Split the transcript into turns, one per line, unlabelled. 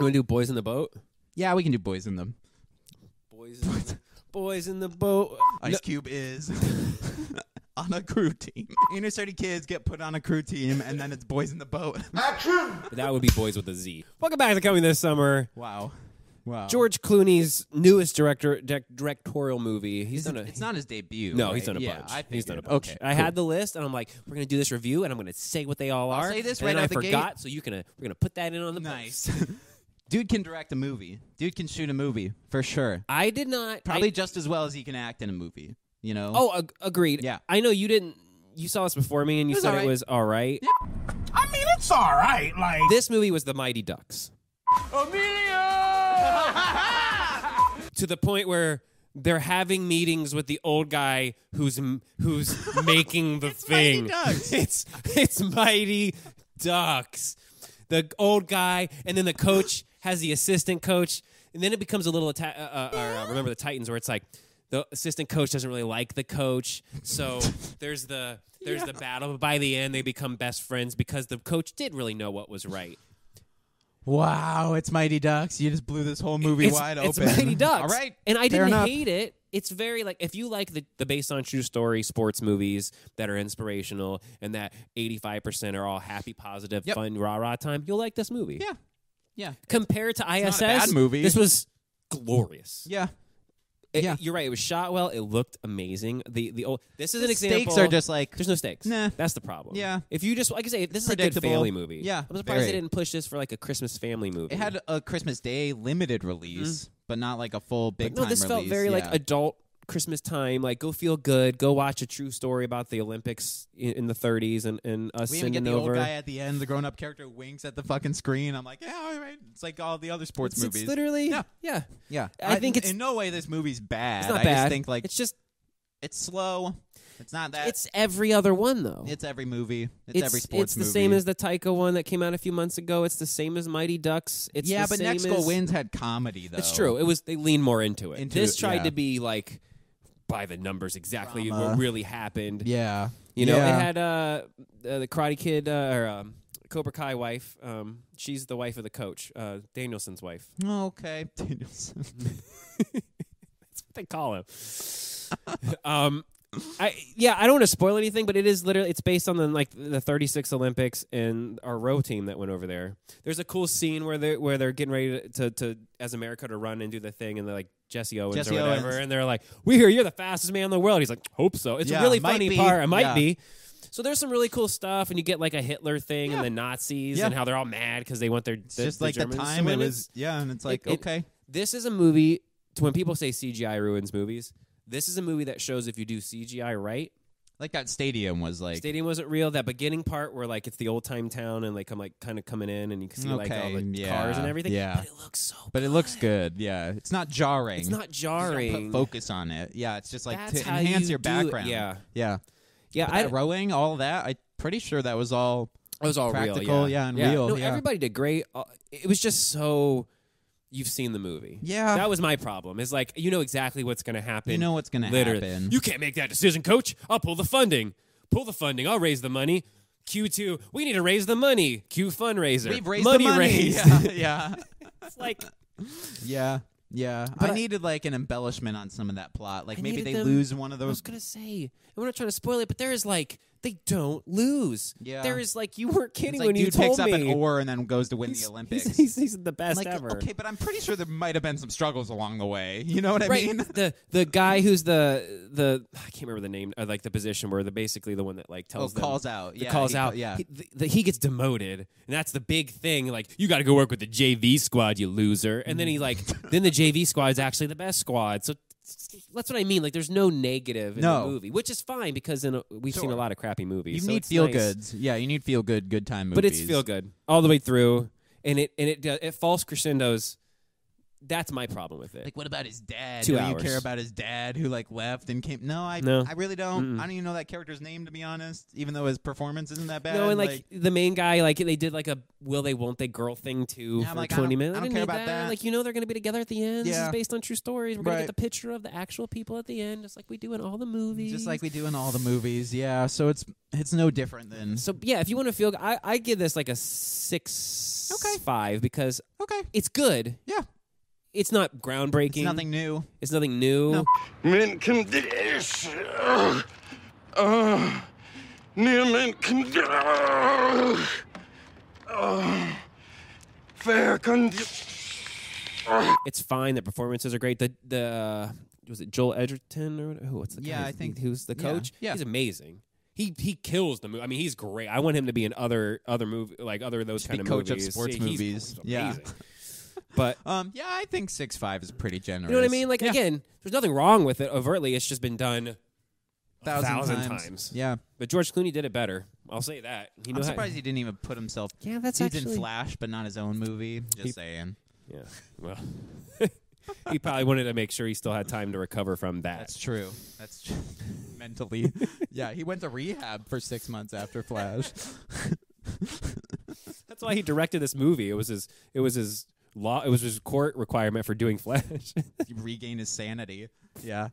I'm gonna do boys in the boat.
Yeah, we can do boys in them.
Boys, in the, boys in the boat.
Ice Cube is on a crew team. Inner city kids get put on a crew team, and then it's boys in the boat.
Ah! That would be boys with a Z. Welcome back to coming this summer.
wow, wow.
George Clooney's newest director di- directorial movie. He's
Is
done
it-
a,
it's not his debut.
no,
right?
he's done a
yeah,
bunch.
I
he's done a
figured.
bunch.
Okay,
I
cool.
had the list, and I'm like, we're gonna do this review, and I'm gonna say what they all are.
say this
and
right
then I
out the gate.
forgot, so you can uh, we're gonna put that in on the post.
nice. Dude can direct a movie. Dude can shoot a movie for sure.
I did not
Probably
I-
just as well as he can act in a movie. You know.
oh, ag- agreed.
Yeah.
I know you didn't. You saw this before me, and you
was
said
all
it
right.
was all right.
I mean, it's all right. Like
This movie was The Mighty Ducks. to the point where they're having meetings with the old guy who's m- who's making the thing. it's it's Mighty Ducks. The old guy, and then the coach has the assistant coach, and then it becomes a little atta- uh, uh, or, uh, remember the Titans where it's like the assistant coach doesn't really like the coach, so there's the there's the battle. But by the end, they become best friends because the coach did really know what was right.
Wow, it's Mighty Ducks. You just blew this whole movie
it's,
wide
it's
open.
Mighty Ducks.
All right.
And I
Fair
didn't
enough.
hate it. It's very like if you like the, the based on true story sports movies that are inspirational and that 85% are all happy, positive,
Yep.
fun, rah rah time, you'll like this movie.
Yeah. Yeah.
Compared to ISS,
a bad movie.
this was glorious.
Yeah.
It-
yeah.
You're right. It was shot well. It looked amazing. The the old this is an
The
example.
stakes are just like
there's no stakes.
Nah.
That's the problem.
Yeah.
If you just like I say, this is a good
Predictable.
family movie.
Yeah,
I'm surprised they
very.
didn't push this for like a Christmas family movie.
It had a Christmas Day limited release, but not like a full big
Mm. no,
time
this felt
release.
very like
Yeah.
adult Christmas time. Like, go feel good. Go watch a true story about the Olympics in, in the 30s and, and us
we even
sending
get the
over.
old guy at the end, the grown up character winks at the fucking screen. I'm like, yeah, all right. It's like all the other sports
it's, it's
movies.
literally, yeah.
Yeah. yeah,
I think it's-
in no way this movie's bad.
It's not
I
bad.
just think like
it's just
it's slow. It's not that.
it's every other one though.
it's every movie. It's,
it's,
every sports
it's the
movie.
same as the Taika one that came out a few months ago. It's the same as Mighty Ducks. It's
yeah,
the
but
same
Next Goal
as-
Wins had comedy though.
It's true. It was they lean more into it.
Into
this
it,
tried
yeah.
to be like by the numbers exactly what
Drama.
really happened.
Yeah,
You know,
Yeah.
it had uh, uh, the Karate Kid uh, or um, Cobra Kai wife. Um, she's the wife of the coach, uh, Danielson's wife.
Oh, okay. Danielson.
That's what they call him. um, I yeah, I don't want to spoil anything, but it is literally it's based on the like the 36 Olympics and our row team that went over there. There's a cool scene where they are where they're getting ready to, to, to as America to run and do the thing, and they're like. Jesse Owens
Jesse
or whatever,
Owens.
and they're like, "We hear you're the fastest man in the world." He's like, "Hope so." It's
Yeah,
a really
might
funny
be.
part. It might
Yeah.
be. So there's some really cool stuff, and you get like a Hitler thing and the Nazis
Yeah.
and how they're all mad because they want their
It's
the-
just
the
like the
Germans. So
time
when
it
it's-
was. Yeah, and it's like
it-
okay.
this is a movie to when people say CGI ruins movies. This is a movie that shows if you do CGI right.
Like that stadium was like
Stadium wasn't real. That beginning part where like it's the old time town and like I'm like kind of coming in and you can see like all
Okay,
the
yeah,
cars and everything.
yeah.
But it looks so.
But it looks good. Yeah, it's not jarring.
It's not
Just don't
jarring.
Put focus on it. Yeah, it's just like
That's
to
how
enhance
you
your
do it.
background.
Yeah.
yeah.
yeah,
But
I
that rowing, all that. I'm pretty sure that was all.
it was all real.
practical, yeah, and real,
No,
yeah.
everybody did great. Uh, It was just so. You've seen the movie.
Yeah.
That was my problem. Is like you know exactly what's going to happen.
You know what's gonna
Literally.
happen.
You can't make that decision, coach. I'll pull the funding. Pull the funding. I'll raise the money. Q2, we need to raise the money. Q fundraiser.
We've raised
money
the money.
raised.
Yeah, yeah,
it's like
yeah. yeah.
But
I,
I-
needed like an embellishment on some of that plot. Like
I
maybe
needed
they
them-
lose one of
I was
those.
going to say, and we're not trying to spoil it, but there is like, they don't lose.
Yeah.
There is like, you weren't
It's
kidding
like
when you
dude
told
picks up
me.
an oar and then goes to win
He's-
the Olympics.
He's, he's, he's the best
like
ever.
okay, but I'm pretty sure there might have been some struggles along the way. You know what I
right.
mean?
the the guy who's the the I can't remember the name, or like the position where the basically the one that like tells
Oh,
them-
calls out.
that
Yeah,
calls
he ca-
out.
yeah.
he, the, the, he gets demoted, and that's the big thing. Like you got to go work with the JV squad, you loser. And then he
Mm.
like then the JV squad's actually the best squad. So. That's what I mean. Like, there's no negative in
No.
the movie, which is fine because in a, we've seen a
Sure.
lot of crappy movies.
You
so
need
it's
feel
nice.
goods. Yeah, you need feel good, good time movies.
but it's feel good all the way through, and it and it do- it false crescendos That's my problem with it.
Like, what about his dad?
Two
Do you care
hours.
about his dad who like left and came? No, I
No.
I really don't. I don't even know that character's name to be honest. Even though his performance isn't that bad.
no, and like, the main guy, like they did like a will they won't they girl thing too
Yeah,
for
I'm like, I
twenty
don't-
minutes.
I don't
didn't
care
need
about that.
Like you know they're gonna be together at the end. This
Yeah.
is based on true stories. We're gonna
Right.
get the picture of the actual people at the end, just like we do in all the movies.
just like we do in all the movies. Yeah, so it's it's no different than.
So yeah, if you want to feel, I I give this like a six
Okay.
five because
okay,
it's good.
yeah,
It's not groundbreaking.
it's nothing new.
It's nothing new.
No.
Mint condition. Ugh. Ugh. Near mint condition. Ugh. Ugh. Fair condition.
It's fine. The performances are great. The the was it Joel Edgerton or what- who? What's the
Yeah,
guy?
I think-
who's the
yeah,
coach.
yeah.
he's amazing. He he kills the movie. I mean, he's great. I want him to be in other other movie like other of those
be
kind of
coach of
movies.
sports
Yeah, he's-
movies.
he's
Yeah.
amazing. but
Um, yeah, I think six five is pretty generous.
you know what I mean? Like
Yeah.
again, there's nothing wrong with it overtly. It's just been done.
thousand,
thousand
times.
times.
Yeah,
But George Clooney did it better. I'll say that. He knew
I'm
how-
surprised he didn't even put himself.
Yeah, that's
he's in
actually-
Flash, but not his own movie. Just saying.
Yeah. Well, he probably wanted to make sure he still had time to recover from that.
That's true. That's true. mentally. yeah, he went to rehab for six months after Flash.
That's why he directed this movie. It was his. It was his law. It was his court requirement for doing Flash.
He regained his sanity. Yeah.